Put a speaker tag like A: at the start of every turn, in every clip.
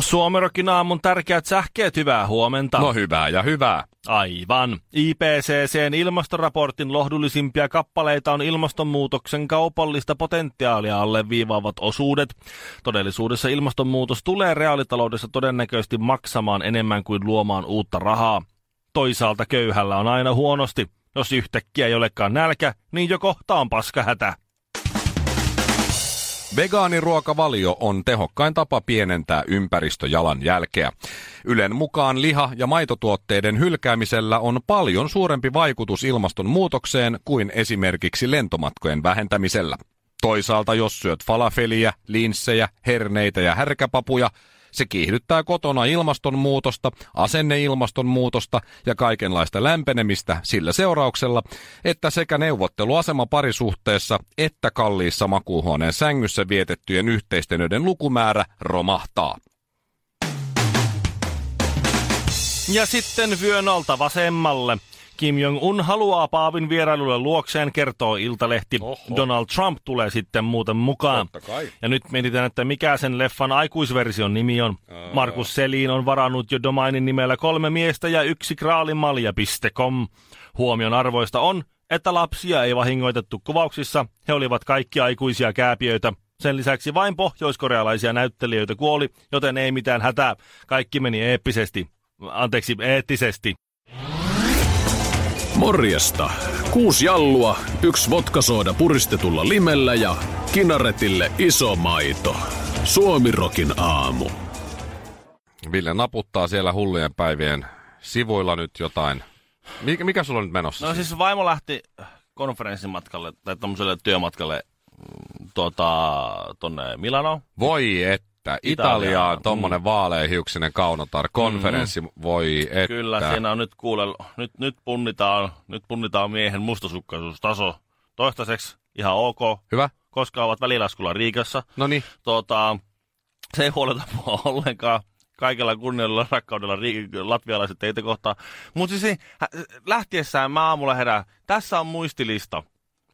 A: Suomerokin aamun tärkeät sähkeet, hyvää huomenta.
B: No hyvää ja hyvää.
A: Aivan. IPCCn ilmastoraportin lohdullisimpia kappaleita on ilmastonmuutoksen kaupallista potentiaalia alleviivaavat osuudet. Todellisuudessa ilmastonmuutos tulee reaalitaloudessa todennäköisesti maksamaan enemmän kuin luomaan uutta rahaa. Toisaalta köyhällä on aina huonosti. Jos yhtäkkiä ei olekaan nälkä, niin jo kohta on paskahätä.
B: Vegaaniruokavalio on tehokkain tapa pienentää ympäristöjalanjälkeä. Ylen mukaan liha- ja maitotuotteiden hylkäämisellä on paljon suurempi vaikutus ilmastonmuutokseen kuin esimerkiksi lentomatkojen vähentämisellä. Toisaalta jos syöt falafeliä, linssejä, herneitä ja härkäpapuja, se kiihdyttää kotona ilmastonmuutosta, asenneilmastonmuutosta ja kaikenlaista lämpenemistä sillä seurauksella, että sekä neuvotteluasema parisuhteessa että kalliissa makuuhuoneen sängyssä vietettyjen yhteistenöiden lukumäärä romahtaa.
A: Ja sitten vyön alta vasemmalle. Kim Jong-un haluaa Paavin vierailulle luokseen, kertoo Iltalehti. Oho. Donald Trump tulee sitten muuten mukaan. Ja nyt mietitään, että mikä sen leffan aikuisversion nimi on. Ää. Markus Selin on varannut jo domainin nimellä kolme miestä ja yksi kraalimalja.com. Huomion arvoista on, että lapsia ei vahingoitettu kuvauksissa. He olivat kaikki aikuisia kääpiöitä. Sen lisäksi vain pohjoiskorealaisia näyttelijöitä kuoli, joten ei mitään hätää. Kaikki meni eeppisesti. Anteeksi, eettisesti.
C: Morjesta. Kuusi jallua, yksi vodkasooda puristetulla limellä ja kinaretille iso maito. Suomirokin aamu.
B: Ville naputtaa siellä hullujen päivien sivuilla nyt jotain. Mikä, mikä sulla on nyt menossa?
A: No siis vaimo lähti konferenssimatkalle tai tämmöiselle työmatkalle tuota, tonne Milano.
B: Voi et että Italiaan, Italiaan tommonen mm. vaaleahiuksinen kaunotar konferenssi, mm. voi että.
A: Kyllä, siinä on nyt kuule, nyt, nyt, punnitaan, nyt punnitaan miehen mustasukkaisuustaso. Toistaiseksi ihan ok.
B: Hyvä.
A: Koska ovat välilaskulla Riikassa.
B: No niin.
A: Tota, se ei huoleta mua ollenkaan. Kaikella kunnialla rakkaudella ri- latvialaiset teitä kohtaan. Mutta siis lähtiessään mä aamulla herään. Tässä on muistilista,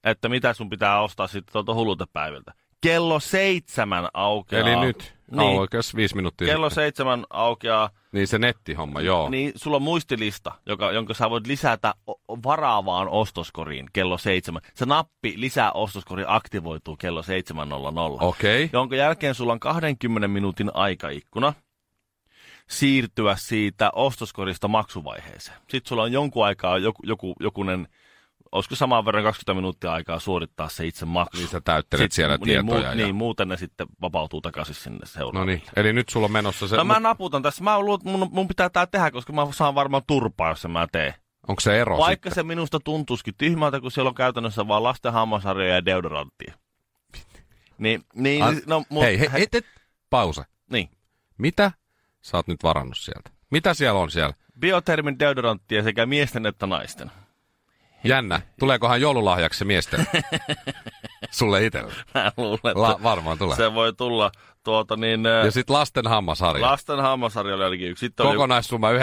A: että mitä sun pitää ostaa sitten tuolta hulutepäiviltä kello seitsemän aukeaa.
B: Eli nyt, niin, oikeas viisi minuuttia
A: Kello sitten. seitsemän aukeaa.
B: Niin se nettihomma, joo.
A: Niin sulla on muistilista, joka, jonka sä voit lisätä varaavaan ostoskoriin kello seitsemän. Se nappi lisää ostoskori aktivoituu kello 7.00.
B: Okei. Okay.
A: Jonka jälkeen sulla on 20 minuutin aikaikkuna siirtyä siitä ostoskorista maksuvaiheeseen. Sitten sulla on jonkun aikaa joku, joku, jokunen olisiko samaan verran 20 minuuttia aikaa suorittaa se itse maksu.
B: Niin sä täyttelet sitten, siellä niin, tietoja. Niin,
A: ja... niin, muuten ne sitten vapautuu takaisin sinne seuraavalle.
B: No niin, eli nyt sulla on menossa se...
A: No mä naputan tässä. Mä luulen, että mun, mun pitää tää tehdä, koska mä saan varmaan turpaa, jos mä teen.
B: Onko se ero
A: Vaikka
B: No sitten?
A: se minusta tuntuisikin tyhmältä, kun siellä on käytännössä vaan lasten hammasarjoja ja deodoranttia. Niin, niin, An...
B: no, mun... Hei, hei, hei, hei, pause.
A: Niin.
B: Mitä sä oot nyt varannut sieltä? Mitä siellä on siellä?
A: Biotermin deodoranttia sekä miesten että naisten.
B: Jännä. Tuleekohan joululahjaksi se miesten? Sulle itselle.
A: Mä luulen, että La-
B: varmaan tulee.
A: Se voi tulla tuota niin...
B: Ja sitten lasten hammasarja.
A: Lasten hammasarja oli ainakin yksi. Sitten
B: Kokonaissumma oli... 19,90.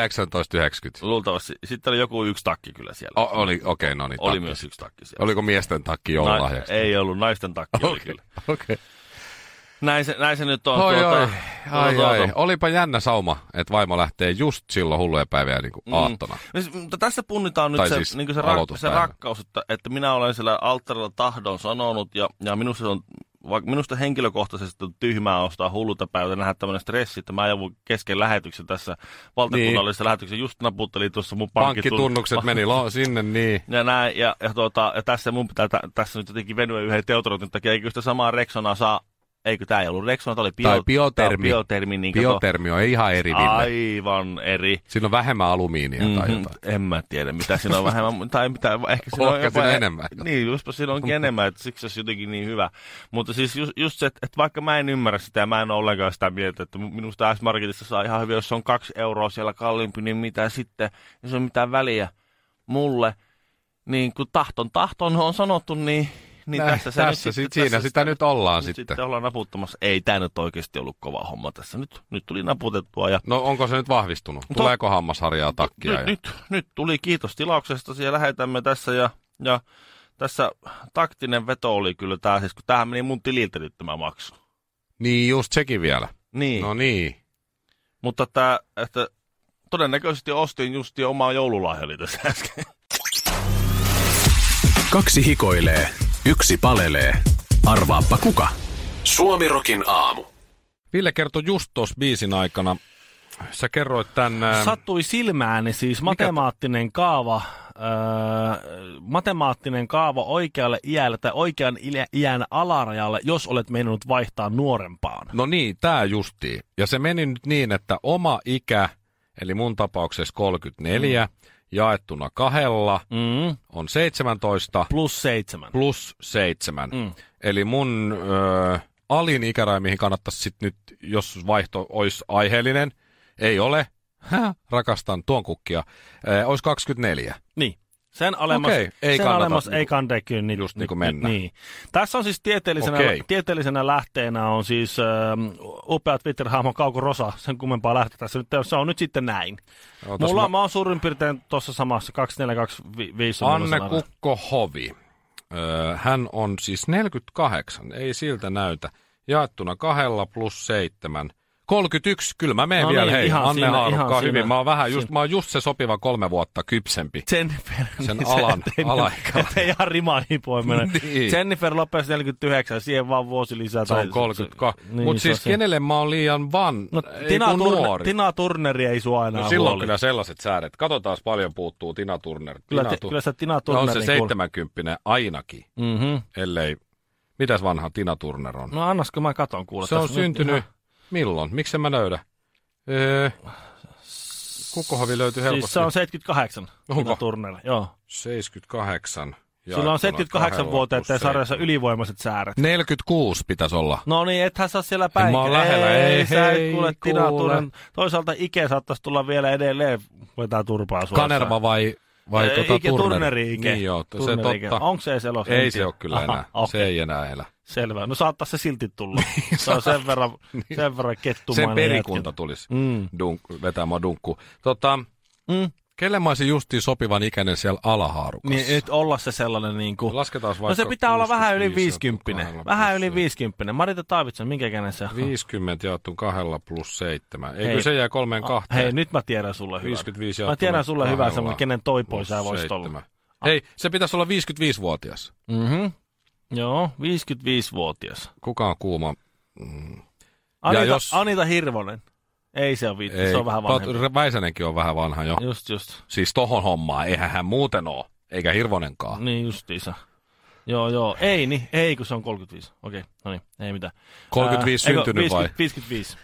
A: Luultavasti. Sitten oli joku yksi takki kyllä siellä.
B: O- oli, okei, okay, no niin.
A: Oli takki. myös yksi takki siellä.
B: Oliko miesten takki joululahjaksi?
A: Na- ei ollut, naisten takki okay, oli kyllä.
B: Okay.
A: Näin se, näin se nyt on.
B: Oi,
A: tuota,
B: oi, ai, tuota. ai. Olipa jännä sauma, että vaimo lähtee just silloin hulluja päiviä niin kuin mm. aattona.
A: Siis, mutta tässä punnitaan nyt tai se, siis niin se, rak, se rakkaus, että, että minä olen siellä alttarilla tahdon sanonut ja, ja minusta, on, vaikka minusta henkilökohtaisesti on tyhmää ostaa hulluta päivää nähdä tämmöinen stressi, että mä joudun kesken lähetyksen tässä valtakunnallisessa niin. lähetyksessä. Just naputtelin tuossa mun
B: pankkitunnukset. meni lo- sinne, niin.
A: Ja, näin, ja, ja, tuota, ja tässä mun pitää t- tässä nyt jotenkin venyä yhden teotrotin takia, eikö sitä samaa reksonaa saa Eikö tämä ei ollut Rexona, tämä oli bio,
B: Tai biotermi.
A: tää on biotermi niin kato.
B: Biotermi on ihan eri Ville.
A: Aivan eri.
B: Siinä on vähemmän alumiinia mm-hmm. tai jotain.
A: En mä tiedä, mitä siinä on vähemmän, tai mitä, ehkä siinä on,
B: Ehkä siinä on enemmän.
A: Niin, justpä siinä onkin enemmän, että siksi se olisi jotenkin niin hyvä. Mutta siis just, just se, että, että vaikka mä en ymmärrä sitä ja mä en ole ollenkaan sitä mieltä, että mu- minusta S-Marketissa saa ihan hyvin, jos se on kaksi euroa siellä kalliimpi, niin mitä sitten, jos on mitään väliä mulle, niin kun tahton tahton on sanottu, niin, niin
B: Näin,
A: tässä se
B: tässä
A: nyt
B: sit- siinä sitä nyt ollaan
A: nyt
B: sitten.
A: sitten ollaan naputtamassa. Ei tämä nyt oikeasti ollut kova homma tässä. Nyt, nyt tuli naputettua ja
B: No onko se nyt vahvistunut?
A: Mut on-
B: Tuleeko hammasharjaa takkia?
A: No nyt,
B: ja-
A: nyt, nyt tuli kiitos tilauksesta, siellä lähetämme tässä ja, ja tässä taktinen veto oli kyllä tämä, siis kun tämähän meni mun tililtä nyt tämä maksu.
B: Niin just sekin vielä.
A: Niin,
B: No
A: no.
B: niin.
A: mutta tämä, että todennäköisesti ostin just jo omaa joululahjani tässä äsken.
C: Kaksi hikoilee, yksi palelee. Arvaappa kuka? Suomirokin aamu.
B: Ville kertoi just tuossa biisin aikana, sä kerroit tän... ää,
A: Sattui silmääni siis matemaattinen kaava, öö, matemaattinen kaava oikealle iälle tai oikean ilä- iän alarajalle, jos olet meinannut vaihtaa nuorempaan.
B: No niin, tää justiin. Ja se meni nyt niin, että oma ikä, eli mun tapauksessa 34, jaettuna kahdella
A: Mm.
B: on 17
A: Plus seitsemän.
B: plus 7.
A: Mm.
B: Eli mun ö, alin ikäraja, mihin kannattaisi sit nyt, jos vaihto olisi aiheellinen, ei ole. Hä? Rakastan tuon kukkia. Ö, olisi 24.
A: Niin. Sen alemmas,
B: Okei,
A: sen
B: ei kannata
A: alemmas
B: niinku-
A: ei kandekyy. Niin,
B: just niinku mennä.
A: Niin. Tässä on siis tieteellisenä,
B: Okei.
A: tieteellisenä lähteenä on siis ähm, upea Twitter-hahmo Kauko Rosa. Sen kummempaa lähteä tässä nyt. ei ole. Se on nyt sitten näin.
B: No, tos
A: Mulla
B: mä-
A: mä... mä oon suurin piirtein tuossa samassa 2425. on mulla
B: Anne
A: sen arvo.
B: Kukko Hovi. Öö, hän on siis 48, ei siltä näytä. Jaettuna kahdella plus seitsemän. 31, kyllä mä menen
A: No
B: vielä,
A: niin,
B: hei,
A: ihan
B: Anne
A: siinä,
B: Haarukka
A: ihan
B: on hyvin.
A: siinä.
B: Mä oon, vähän just, mä oon just se sopiva kolme vuotta kypsempi.
A: Jennifer,
B: Sen
A: niin
B: alan-
A: ettei-
B: alaikäinen.
A: ettei ihan rimaa hipoimena.
B: Niin.
A: Jennifer Lopez 49, siihen vaan vuosi lisää.
B: Se
A: tai-
B: on 32.
A: se-
B: Niin, Mutta
A: se
B: siis
A: on se.
B: kenelle mä oon liian van,
A: No,
B: ei
A: Tina,
B: kun
A: Turner,
B: nuori.
A: Tina Turneri ei sua enää
B: no, silloin
A: huoli.
B: kyllä sellaiset säädet. Katsotaan paljon puuttuu Tina Turner.
A: Kyllä,
B: Tina
A: te,
B: Tu-
A: kyllä sitä Tina
B: No
A: Turner. niin
B: on se 70 ainakin,
A: mm-hmm.
B: ellei... Mitäs vanha Tina Turner on?
A: No annasko mä katon kuule.
B: Se on
A: tässä nyt
B: syntynyt,
A: ihan-
B: milloin? Miksi en mä löydä? Öö, kukkohovi löytyy helposti.
A: Siis se on 78,
B: Onko?
A: Tina Turner. Joo.
B: 78.
A: Sillä on 78 vuoteen, ettei sarjassa ylivoimaiset sääret.
B: 46 pitäisi olla.
A: No niin, ethän sä siellä päin.
B: mä oon lähellä. Ei,
A: sä
B: hei,
A: et kuule Tina
B: kuule.
A: Turner. Toisaalta Ike saattaisi tulla vielä edelleen, vetää turpaa sua.
B: Kanerva vai, vai
A: Ei,
B: tuota,
A: Ike,
B: Turner?
A: Turneri Ike.
B: Niin joo, se
A: Turneri Ike.
B: totta.
A: Onko se edes elossa? En
B: Ei se
A: tiedä.
B: ole kyllä enää.
A: Aha, okei.
B: Se ei enää elä.
A: Selvä. No saattaa se silti tulla. se on sen verran, sen verran kettumainen
B: Niin. Sen perikunta
A: jätkä.
B: tulisi
A: Mm.
B: dunk, vetämään dunkku. Tota,
A: Mm.
B: kelle mä olisin justiin sopivan ikäinen siellä alahaarukassa?
A: Niin, et olla se sellainen niin kuin...
B: Lasketaan vaikka
A: No se pitää olla vähän yli
B: 65 ja
A: 50.
B: tukahdella
A: Vähän
B: plus
A: yli 50. Marita Taavitson, minkä ikäinen se on?
B: 50 jaettu kahdella plus 7. Eikö
A: Hei.
B: se jää kolmeen kahteen?
A: Ah, Hei, nyt mä tiedän sulle hyvän.
B: 55
A: Mä tiedän
B: jaettuna
A: sulle hyvän
B: kahdella
A: semmoinen, kenen toi pois
B: plus
A: sä voisit olla.
B: seitsemän. Hei,
A: Ah.
B: se pitäisi olla 55-vuotias.
A: Mhm. Joo, 55-vuotias.
B: Kuka on kuuma?
A: Anita,
B: jos-
A: Anita Hirvonen. Ei se ole viitti, se on vähän vanhempi.
B: Pat- Väisänenkin on vähän vanha jo.
A: Just, just.
B: Siis tohon hommaan, eihän hän muuten oo. Eikä Hirvonenkaan.
A: Niin justiisa. Joo, joo. Ei niin, ei kun se on 35. Okei, no niin, ei mitään.
B: 35
A: eikö,
B: syntynyt vai?
A: 55.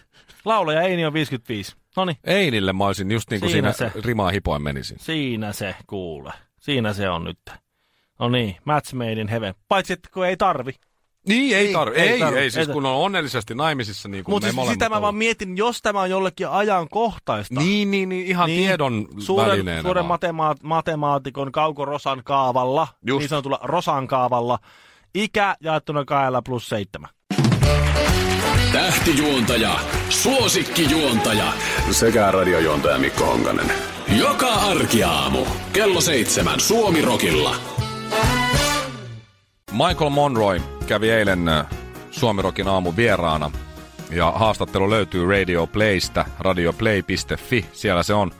A: Laulaja Eini on 55. No niin,
B: Einille mä olisin just niin kuin siinä,
A: Siinä
B: siinä
A: se.
B: rimaa hipoin menisin.
A: Siinä se, kuule. Siinä se on nyt. No niin, match made in heaven. Paitsi, että kun ei tarvi.
B: Niin, ei tarvi. Ei,
A: ei
B: ei,
A: tarvi.
B: ei, siis
A: Ei-
B: kun on onnellisesti naimisissa niin kuin
A: Mutta
B: me
A: siis
B: molemmat
A: sitä mä vaan
B: ollaan.
A: mietin, jos tämä on jollekin ajankohtaista.
B: Niin, niin, niin, ihan
A: Niin,
B: tiedon
A: suuren,
B: välineenä
A: suuren
B: vaan.
A: matema- matemaatikon Kauko Rosan kaavalla,
B: Just.
A: niin sanotulla Rosan kaavalla, ikä jaettuna kahdella plus seitsemän.
C: Tähtijuontaja, suosikkijuontaja sekä radiojuontaja Mikko Honkanen. Joka arkiaamu kello seitsemän Suomirokilla.
B: Michael Monroy kävi eilen ö, Suomirokin aamu vieraana ja haastattelu löytyy Radio Playstä, radioplay.fi, siellä se on,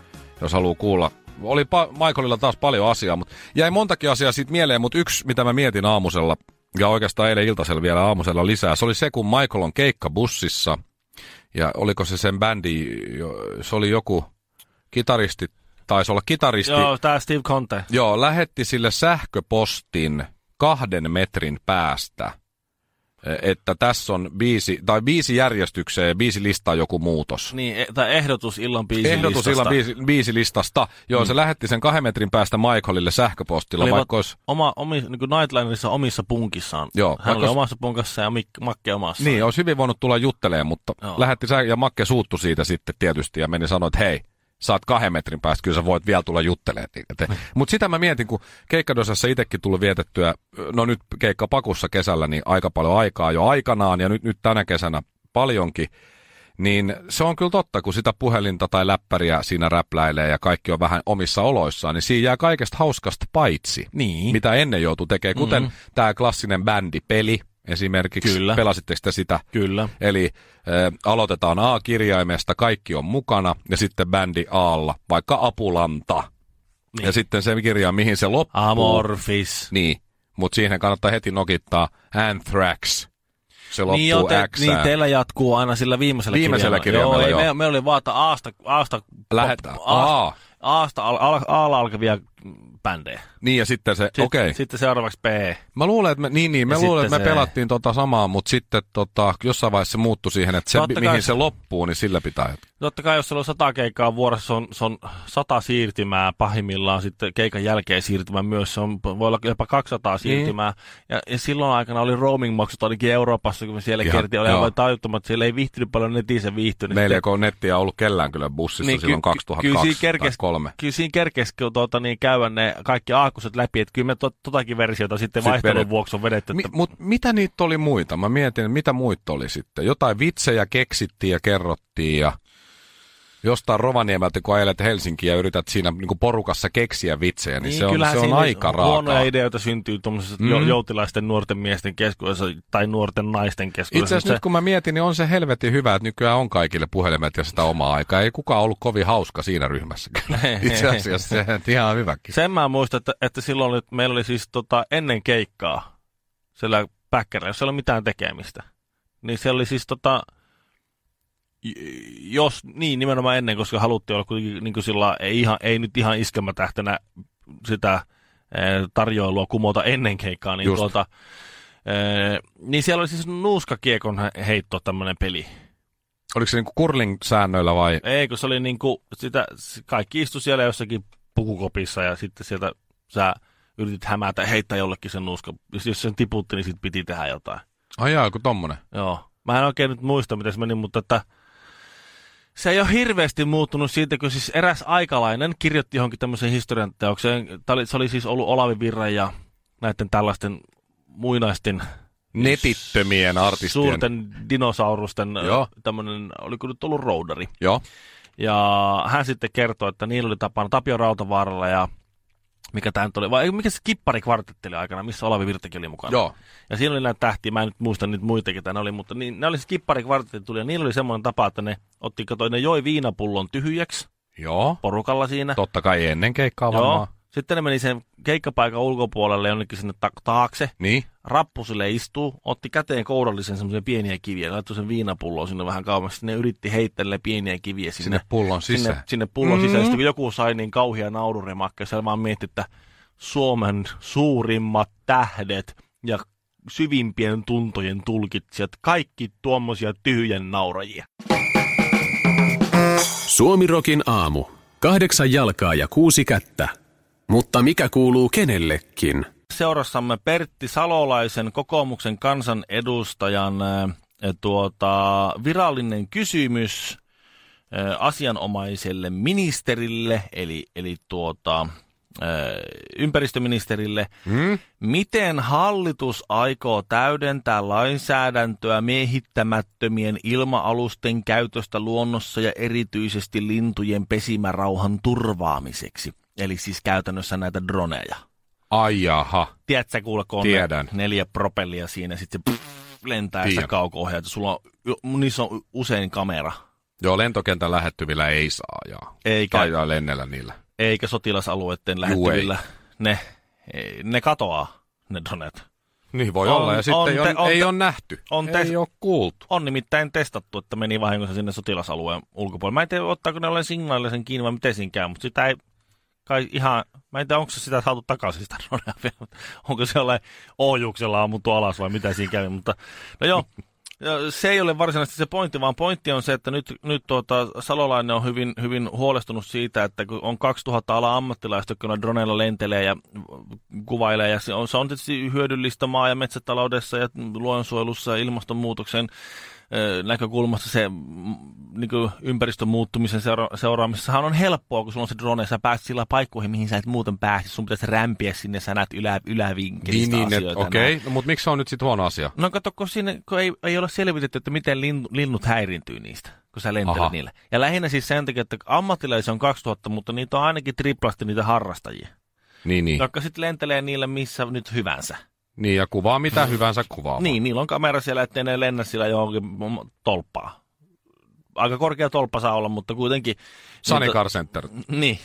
B: jos haluaa kuulla. Oli pa- Michaelilla taas paljon asiaa, mutta jäi montakin asiaa siitä mieleen, mutta yksi, mitä mä mietin aamusella, ja oikeastaan eilen iltasella vielä aamusella lisää, se oli se, kun Michael on keikkabussissa, ja oliko se sen bändi, jo- se oli joku kitaristi, taisi olla kitaristi.
A: Joo, tää Steve Conte.
B: Joo, lähetti sille sähköpostin kahden metrin päästä e, että tässä on biisi, tai biisi järjestykseen ja biisi listaa joku muutos.
A: Niin, e- tai ehdotus illan biisin
B: Ehdotus illan biisi, biisilistasta. Joo, mm. se lähetti sen kahden metrin päästä Michaelille sähköpostilla,
A: Olivat
B: vaikka olisi...
A: oma, omi, niin kuin Nightlinerissa omissa punkissaan.
B: Joo,
A: Hän
B: vaikka
A: oli
B: olisi-
A: omassa punkassa ja Mik- Makke omassa.
B: Niin, olisi hyvin voinut tulla juttelemaan, mutta
A: Joo.
B: Joo. lähetti sä, ja Makke suuttu siitä sitten tietysti ja meni sanoa, että hei, sä oot kahden metrin päästä, kyllä sä voit vielä tulla juttelemaan. Mutta sitä mä mietin, kun keikkadosassa itsekin tullut vietettyä, no nyt keikka pakussa kesällä, niin aika paljon aikaa jo aikanaan ja nyt, nyt tänä kesänä paljonkin, niin se on kyllä totta, kun sitä puhelinta tai läppäriä siinä räpläilee ja kaikki on vähän omissa oloissaan, niin siinä jää kaikesta hauskasta paitsi
A: Niin.
B: mitä ennen joutuu tekemään, kuten mm-hmm. tämä klassinen bändipeli esimerkiksi.
A: Kyllä.
B: Pelasitteko te sitä?
A: Kyllä.
B: Eli äh, aloitetaan A-kirjaimesta, kaikki on mukana, ja sitten bändi Aalla, vaikka Apulanta. Niin. Ja sitten se kirja, mihin se loppuu.
A: Amorphis.
B: Niin, mutta siihen kannattaa heti nokittaa Anthrax. Se loppuu
A: Niin, joo, te,
B: X.
A: niin teillä jatkuu aina sillä viimeisellä,
B: Viimeisellä kirjaimella,
A: joo. Ei, me,
B: joo.
A: me oli vaan, että Aasta, Aasta,
B: Lähetään.
A: Aasta,
B: A.
A: Aasta al, al, Aalla alkavia bändejä.
B: Niin, ja sitten se,
A: Sitten,
B: okei.
A: sitten seuraavaksi B.
B: Mä luulen, että me, niin, niin, me
A: Ja
B: luulen, että
A: sitten
B: me
A: se-
B: pelattiin tota samaa, mutta sitten tota, jossain vaiheessa se muuttui siihen, että se,
A: Totta kai
B: mihin
A: se-
B: se loppuu, niin sillä pitää.
A: Totta kai, jos siellä on sata keikkaa vuorossa, se on, se on sata siirtymää pahimmillaan, sitten keikan jälkeen siirtymä myös, se on, voi olla jopa
B: Niin.
A: 200 siirtymää. Ja, ja silloin aikana oli roaming-maksut ainakin Euroopassa, kun me siellä
B: Ihan,
A: kiertiin, oli
B: joo.
A: aivan tajuttomat, siellä ei viihtynyt paljon netissä viihtynyt.
B: Meillä ei ole nettiä ollut kellään kyllä bussissa niin, silloin
A: kyllä
B: 2002
A: siinä
B: ky-
A: kerkes,
B: tai kolme.
A: Kyllä siinä kerkes, kun tuota, niin käydä ne kaikki aakkuset läpi, että kyllä me to, totakin versiota sitten
B: Sit
A: vaihtelun
B: vedet-
A: vuoksi on vedetty.
B: Mi-
A: että-
B: mut mitä niitä oli muita? Mä mietin, että mitä muita oli sitten. Jotain vitsejä keksittiin ja kerrottiin ja jostain Rovaniemeltä, kun ajelet Helsinkiä ja yrität siinä niin porukassa keksiä vitsejä, niin, niin se on,
A: kyllähän
B: se on
A: siinä
B: aika raakaa.
A: Huonoja ideoita syntyy tuommoisessa mm.
B: Mm.
A: joutilaisten nuorten miesten keskuudessa tai nuorten naisten
B: Itse
A: keskuudessa.
B: asiassa nyt kun mä mietin, niin on se helvetin hyvä, että nykyään on kaikille puhelimet ja sitä omaa aikaa. Ei kukaan ollut kovin hauska siinä ryhmässä. Itse asiassa se on ihan hyväkin.
A: Sen mä muistan, että, että silloin oli, meillä oli siis tota, ennen keikkaa siellä päkkärillä, jos ei ollut mitään tekemistä. Niin se oli siis tota, j- jos, niin nimenomaan ennen, koska haluttiin olla kuitenkin niin kuin sillä, ei, ihan, ei nyt ihan iskelmätähtenä sitä eh, tarjoilua kumota ennen keikkaa, niin
B: Just.
A: tuota, eh, niin siellä oli siis nuuskakiekon he- heitto tämmöinen peli.
B: Oliko se niinku curling-säännöillä vai?
A: Ei, kun se oli niin kuin sitä, s- kaikki istu siellä jossakin pukukopissa ja sitten sieltä sä yritit hämätä, heittää jollekin sen nuuska. Jos, jos sen tiputti, niin sit piti tehdä jotain.
B: Ai jaa, joku tommonen.
A: Joo. Mä en oikein nyt muista, miten se meni, mutta että se ei ole hirveästi muuttunut siitä, kun siis eräs aikalainen kirjoitti johonkin tämmöiseen historian teokseen. Tää oli- Se oli siis ollut Olavi Virran ja näiden tällaisten muinaisten
B: Netittömien artistien.
A: suurten dinosaurusten
B: Joo.
A: tämmöinen, oliko nyt ollut roudari.
B: Joo.
A: Ja hän sitten kertoi, että niillä oli tapana Tapio Rautavaaralla ja mikä tämä nyt oli, vai mikä se kipparikvartetti oli aikana, missä Olavi Virtakin oli mukana.
B: Joo.
A: Ja siinä oli näitä tähtiä, mä en nyt muista niitä muita, ketä ne oli, mutta niin, ne oli se kipparikvartetti tuli ja niillä oli semmoinen tapa, että ne otti, kato, ne joi viinapullon tyhjäksi
B: Joo.
A: porukalla siinä.
B: Totta kai ennen keikkaa
A: Joo.
B: varmaan.
A: Sitten ne meni sen keikkapaikan ulkopuolelle jonnekin sinne ta- taakse,
B: Niin.
A: rappusille istuu, otti käteen kourallisen semmoisia pieniä kiviä, laittoi sen viinapulloon sinne vähän kauemmas, sitten ne yritti heittää pieniä kiviä sinne,
B: Sinne pullon sisään.
A: Sinne, sinne pullon mm-hmm. sisään. Sitten kun joku sai niin kauhea naururemakka, siellä vaan mietti, että Suomen suurimmat tähdet ja syvimpien tuntojen tulkitsijat, kaikki tuommoisia tyhjän naurajia.
C: Suomirokin aamu. Kahdeksan jalkaa ja kuusi kättä. Mutta mikä kuuluu kenellekin?
A: Seurassamme Pertti Salolaisen kokoomuksen kansanedustajan ää, tuota, virallinen kysymys ää, asianomaiselle ministerille, eli, eli tuota, ää, ympäristöministerille. Mm? Miten hallitus aikoo täydentää lainsäädäntöä miehittämättömien ilma-alusten käytöstä luonnossa ja erityisesti lintujen pesimärauhan turvaamiseksi? Eli siis käytännössä näitä droneja.
B: Ai jaha.
A: Tiedät sä kuule, kun on
B: Tiedän.
A: ne neljä propellia siinä, sitten se pff, lentää sitä
B: Tiedän.
A: kauko Sulla on, y- niissä on usein kamera,
B: Joo, lentokentän lähettyvillä ei saa ajaa.
A: Eikä.
B: Tai ajaa lennellä niillä.
A: eikä sotilasalueiden lähettyvillä. Ne, ne katoaa, ne donet.
B: Niin voi
A: On-
B: olla. Ja sitten
A: on
B: ei,
A: te-
B: on,
A: on
B: ei
A: te-
B: ole nähty.
A: on
B: ei
A: te-
B: ole kuultu.
A: On nimittäin testattu, että meni vahingossa sinne sotilasalueen ulkopuolelle. Mä en tiedä, ottaako ne olen signaaleja sen kiinni vai miten siinä käy, mutta sitä ei kai ihan, mä en tiedä onko se sitä saatu takaisin sitä Ronea vielä, mutta onko se jollain ohjuksella ammuttu alas vai mitä siinä kävi, mutta no joo. Ja Se ei ole varsinaisesti se pointti, vaan pointti on se, että nyt, nyt tuota, Salolainen on hyvin, hyvin huolestunut siitä, että kun on 2000 ala ammattilaista, kun ne droneilla lentelee ja kuvailee. Ja se, on, se on tietysti hyödyllistä maa- ja metsätaloudessa ja luonnonsuojelussa ja ilmastonmuutoksen ö, näkökulmasta se mm, niin kuin ympäristön muuttumisen seura- seuraamisessahan on helppoa, kun sulla on se drone, sä pääset sillä paikkoihin, mihin sä et muuten pääse. Sun pitäisi rämpiä sinne, sä näet ylä, ylävinkkelistä
B: niin,
A: asioita.
B: okei, okay. no, mutta miksi se on nyt sitten huono asia?
A: No kato, kun, siinä, kun ei, ei ole selvitetty, että miten lin, linnut häiriintyy niistä, kun sä lentelet
B: Aha.
A: niillä. Ja lähinnä siis sen takia, että ammattilaisia on 2000, mutta niitä on ainakin triplasti niitä harrastajia,
B: Niin, niin.
A: jotka sitten lentelee niillä missä nyt hyvänsä.
B: niin ja kuvaa mitä hyvänsä kuvaa. vaan.
A: Mm. Niin, niillä on kamera siellä, ettei ne lennä sillä johonkin mm, tolppaan. Aika korkea tolppa saa olla, mutta kuitenkin...
B: Sunny
A: Mutta-
B: Car Center
A: Niin.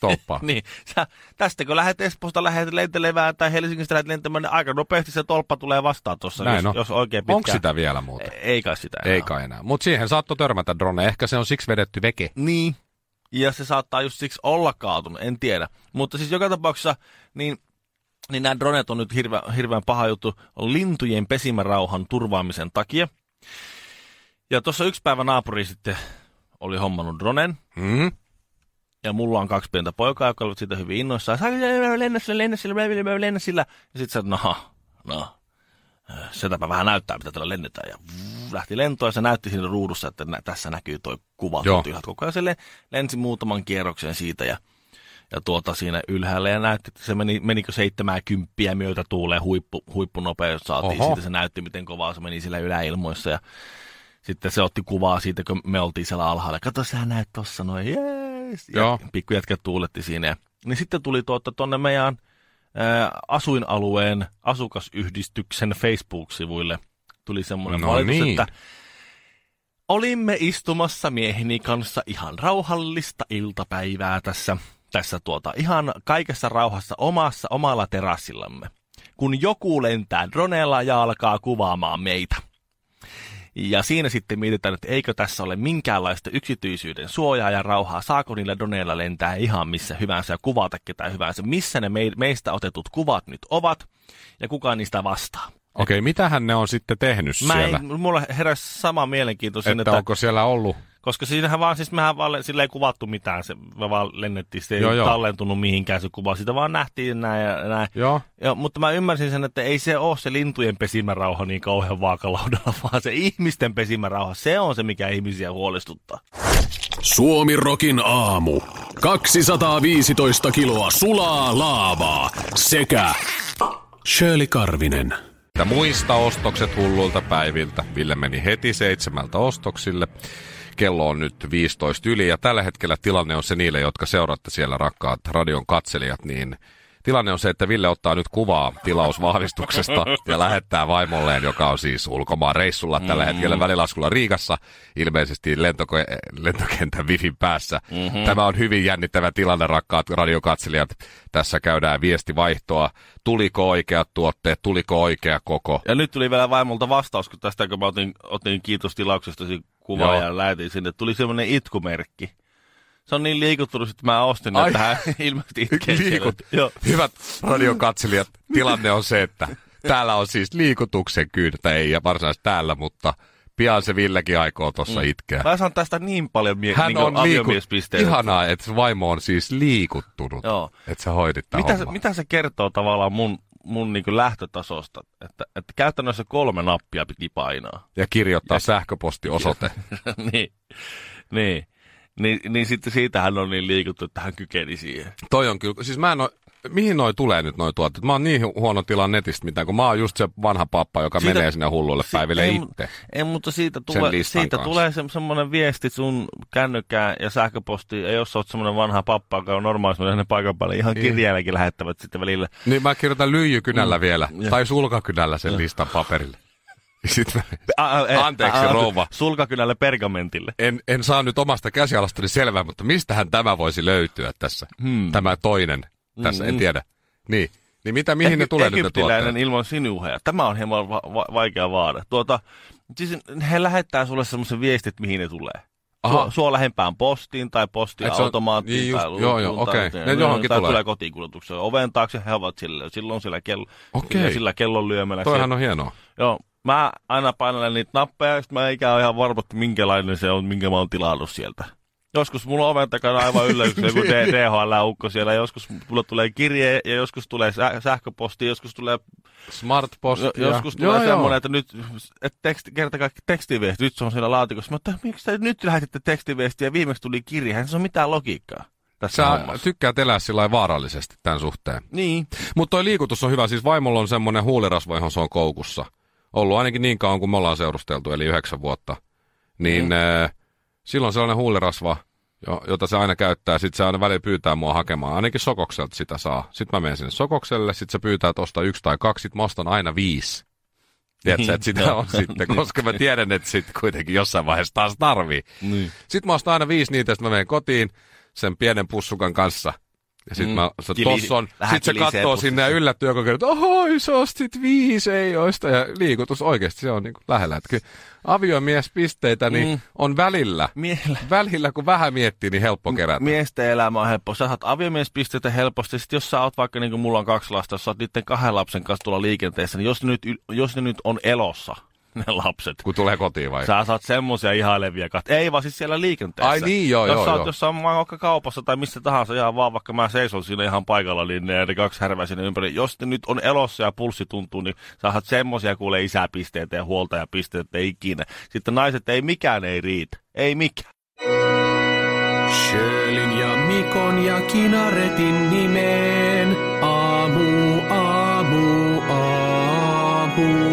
B: tolppa.
A: niin. Sä, tästä kun lähdet Espoosta lähdet lentelemään tai Helsingistä lähdet lentämään, niin aika nopeasti se tolppa tulee vastaan tuossa,
B: Näin
A: jos,
B: on.
A: jos oikein pitkään.
B: Onko sitä vielä muuta?
A: Ei- Ei kai sitä enää
B: Ei kai enää. Mutta siihen saattoi törmätä drone. Ehkä se on siksi vedetty veke.
A: Niin. Ja se saattaa just siksi olla kaatunut, en tiedä. Mutta siis joka tapauksessa, niin, niin nämä dronet on nyt hirveän, hirveän paha juttu lintujen pesimärauhan turvaamisen takia. Ja tuossa yksi päivä naapuri sitten oli hommannut dronen,
B: Mm?
A: ja mulla on kaksi pientä poikaa, jotka olivat siitä hyvin innoissaan. Sä lennä sillä, lennä sillä, lennä sillä, lennä sillä. Ja sit sä, oot, no, no, sieltäpä vähän näyttää, mitä tällä lennetään. Ja vuv, lähti lentoon ja se näytti siinä ruudussa, että nä- tässä näkyy toi kuva.
B: Joo.
A: Tyhjät koko ajan se le- lensi muutaman kierroksen siitä ja, ja tuota siinä ylhäällä ja näytti, että se meni, menikö 70 myötä tuuleen huippu, huippunopeus saatiin.
B: Oho.
A: Siitä se näytti, miten kovaa se meni sillä yläilmoissa ja sitten se otti kuvaa siitä, kun me oltiin siellä alhaalla. Kato, sä näet tossa noin, jees. Ja
B: Joo.
A: pikkujätkä tuuletti siinä. Ja, niin sitten tuli tuota tonne meidän ää, asuinalueen asukasyhdistyksen Facebook-sivuille tuli semmoinen
B: No
A: valitus,
B: niin.
A: että olimme istumassa mieheni kanssa ihan rauhallista iltapäivää tässä, tässä tuota, ihan kaikessa rauhassa omassa, omalla terassillamme, kun joku lentää dronella ja alkaa kuvaamaan meitä. Ja siinä sitten mietitään, että eikö tässä ole minkäänlaista yksityisyyden suojaa ja rauhaa. Saako niillä doneilla lentää ihan missä hyvänsä ja kuvata ketään hyvänsä? Missä ne mei- meistä otetut kuvat nyt ovat ja kuka niistä vastaa?
B: Okei, mitähän ne on sitten tehnyt
A: Mä
B: siellä?
A: en, mulla heräsi sama mielenkiinto sinne,
B: että
A: että
B: onko siellä ollut?
A: koska siinähän vaan, siis mehän vaan, le- sillä ei kuvattu mitään, se me vaan lennettiin, se ei
B: Joo,
A: joo,
B: joo.
A: tallentunut mihinkään se kuva, sitä vaan nähtiin näin ja näin.
B: Joo.
A: Ja, mutta mä ymmärsin sen, että ei se ole se lintujen pesimärauha niin kauhean vaakalaudalla, vaan se ihmisten pesimärauha, se on se, mikä ihmisiä huolestuttaa.
C: Suomi Rokin aamu. 215 kiloa sulaa laavaa sekä Shirley Karvinen.
B: Että muista ostokset hulluilta päiviltä. Ville meni heti seitsemältä ostoksille. Kello on nyt 15 yli ja tällä hetkellä tilanne on se niille, jotka seuraatte siellä rakkaat radion katselijat, niin tilanne on se, että Ville ottaa nyt kuvaa tilausvahvistuksesta ja lähettää vaimolleen, joka on siis ulkomaan reissulla tällä hetkellä välilaskulla Riikassa, ilmeisesti lentoko- lentokentän wifin päässä. Mm-hmm. Tämä on hyvin jännittävä tilanne, rakkaat radiokatselijat. Tässä käydään viestivaihtoa. Tuliko oikeat tuotteet, tuliko oikea koko?
A: Ja nyt tuli vielä vaimolta vastaus, kun tästä kun mä otin, otin kiitos tilauksestasi kuvaa
B: Joo.
A: ja lähetin sinne, tuli semmoinen itkumerkki. Se on niin liikuttunut, että mä ostin,
B: Ai.
A: että hän ilmeisesti itkee siellä.
B: Liikut.
A: Joo.
B: Hyvät radiokatselijat, tilanne on se, että täällä on siis liikutuksen kyyntä, ei ja varsinaisesti täällä, mutta pian se Villekin aikoo tuossa itkeä.
A: Mä saan tästä niin paljon mie-
B: Hän
A: niinku
B: on liikut...
A: aviomiespisteitä.
B: Ihanaa, että sun vaimo on siis liikuttunut,
A: Joo.
B: että sä hoidit tämän
A: Mitä se,
B: homman.
A: mitä se kertoo tavallaan mun, mun niin lähtötasosta? Että, että käytännössä kolme nappia piti painaa.
B: Ja kirjoittaa sähköpostiosoite.
A: niin. niin. Niin, niin sitten siitä hän on niin liikuttu, että hän kykeni siihen.
B: Toi on kyllä, siis mä en oo, mihin noi tulee nyt noi tuotteet? Mä oon niin hu- huono tilan netistä mitään, kun mä oon just se vanha pappa, joka
A: Siitä-
B: menee sinne hulluille
A: Si-
B: päiville
A: ei,
B: itse.
A: Ei, mutta siitä,
B: Sen
A: tule,
B: listan
A: siitä
B: kanssa.
A: tulee se, semmoinen viesti sun kännykään ja sähköpostiin, ja jos sä oot semmoinen vanha pappa, joka on normaalisti mennyt paikan päälle, ihan kirjeelläkin lähettävät sitten välillä.
B: Niin mä kirjoitan lyijykynällä
A: Mm,
B: vielä, tai sulkakynällä sen listan paperille. Sitten mä,
A: Ä, ä, ä,
B: Anteeksi, rouva.
A: Sulkakynälle pergamentille.
B: en, en saa nyt omasta käsialastani selvää, mutta mistähän tämä voisi löytyä tässä? Hmm. Tämä toinen tässä, en tiedä. Niin, niin mitä, mihin ne
A: Egy-
B: tulee nyt ne
A: Mm-hmm. Egyptiläinen
B: tuotteet?
A: ilman sinuheja. Tämä on hieman va- va- vaikea vaade. Tuota, siis he lähettää sulle semmoisen viestit, mihin ne tulee. Sua, sua lähempään postiin tai postiautomaattiin
B: niin
A: tai
B: just- joo, joo,
A: luukkuun
B: okei.
A: tai,
B: Ne johonkin
A: tai
B: tulee.
A: tulee kotiinkuljetuksen oven taakse, he ovat sillä, silloin sillä, kello,
B: Okei.
A: sillä kellon lyömällä.
B: Toihan on hienoa.
A: Joo, mä aina painelen niitä nappeja, ja sit mä eikä ole ihan varma, että minkälainen se on, minkä mä oon tilannut sieltä. Joskus mulla on oven takana aivan yllätyksen joku DHL-ukko siellä, joskus mulla tulee kirje, ja joskus tulee sä- sähköposti, joskus tulee,
B: Smartpost.
A: jo- joskus tulee semmoinen, että nyt, että teksti, kerta kaikki tekstiviesti, nyt se on siellä laatikossa. Mä että miksi te nyt lähetitte tekstiviestiä, ja viimeksi tuli kirje, eihän se on mitään logiikkaa tässä
B: Sä
A: hommassa.
B: tykkäät elää sillä lailla vaarallisesti tämän suhteen.
A: niin,
B: Mutta toi liikutus on hyvä. Siis vaimolla on semmoinen huulirasva, johon se on koukussa. Ollut ainakin niin kauan, kun me ollaan seurusteltu, eli yhdeksän vuotta. Niin mm. äh, silloin sellainen huulirasva, jo- jota se aina käyttää. Sitten se aina välillä pyytää mua hakemaan. Ainakin sokokselta sitä saa. Sitten mä menen sinne sokokselle. Sitten se pyytää, että osta yksi tai kaksi. Sitten mä ostan aina viisi. Tiedätkö, että sitä on sitten, koska mä tiedän, että sitten kuitenkin jossain vaiheessa taas tarvii.
A: niin.
B: Sitten mä ostan aina viisi niitä, sitten mä menen kotiin sen pienen pussukan kanssa. Ja sitten
A: Mm.
B: mm. mä, se
A: Kili-
B: tossa on,
A: vähän
B: sit se
A: kilisee
B: kattoo
A: pussissa.
B: sinne ja yllättyy joka kerta, että ohoi, sä ostit viisi, ei oista. Ja liikutus oikeasti, se on niinku lähellä. Et kyllä aviomiespisteitä niin
A: Mm.
B: mm. on välillä.
A: Miehellä
B: Välillä, kun vähän miettii, niin helppo kerätä.
A: Miesten elämä on helppo. Sä saat aviomiespisteitä helposti. Sitten jos sä oot vaikka, niin kuin mulla on kaksi lasta, jos sä oot niiden kahden lapsen kanssa tuolla liikenteessä, niin jos ne nyt, yl- jos ne nyt on elossa, ne lapset,
B: kun tulee kotiin vai?
A: sä saat semmoisia ihailevia kahta. Ei vaan siis siellä liikenteessä.
B: Ai niin, joo,
A: jos
B: joo,
A: sä oot
B: joo.
A: jossain vaikka kaupassa tai missä tahansa, ihan vaan vaikka mä seison siinä ihan paikalla, niin ne, ne kaksi härvää sinne ympäri. Jos ne nyt on elossa ja pulssi tuntuu, niin sä saat semmoisia kuule isäpisteitä ja huoltajapisteitä ikinä. Sitten naiset, ei mikään ei riitä. Ei mikään.
C: Sjölin ja Mikon ja Kinaretin nimeen. Aamu, aamu, aamu.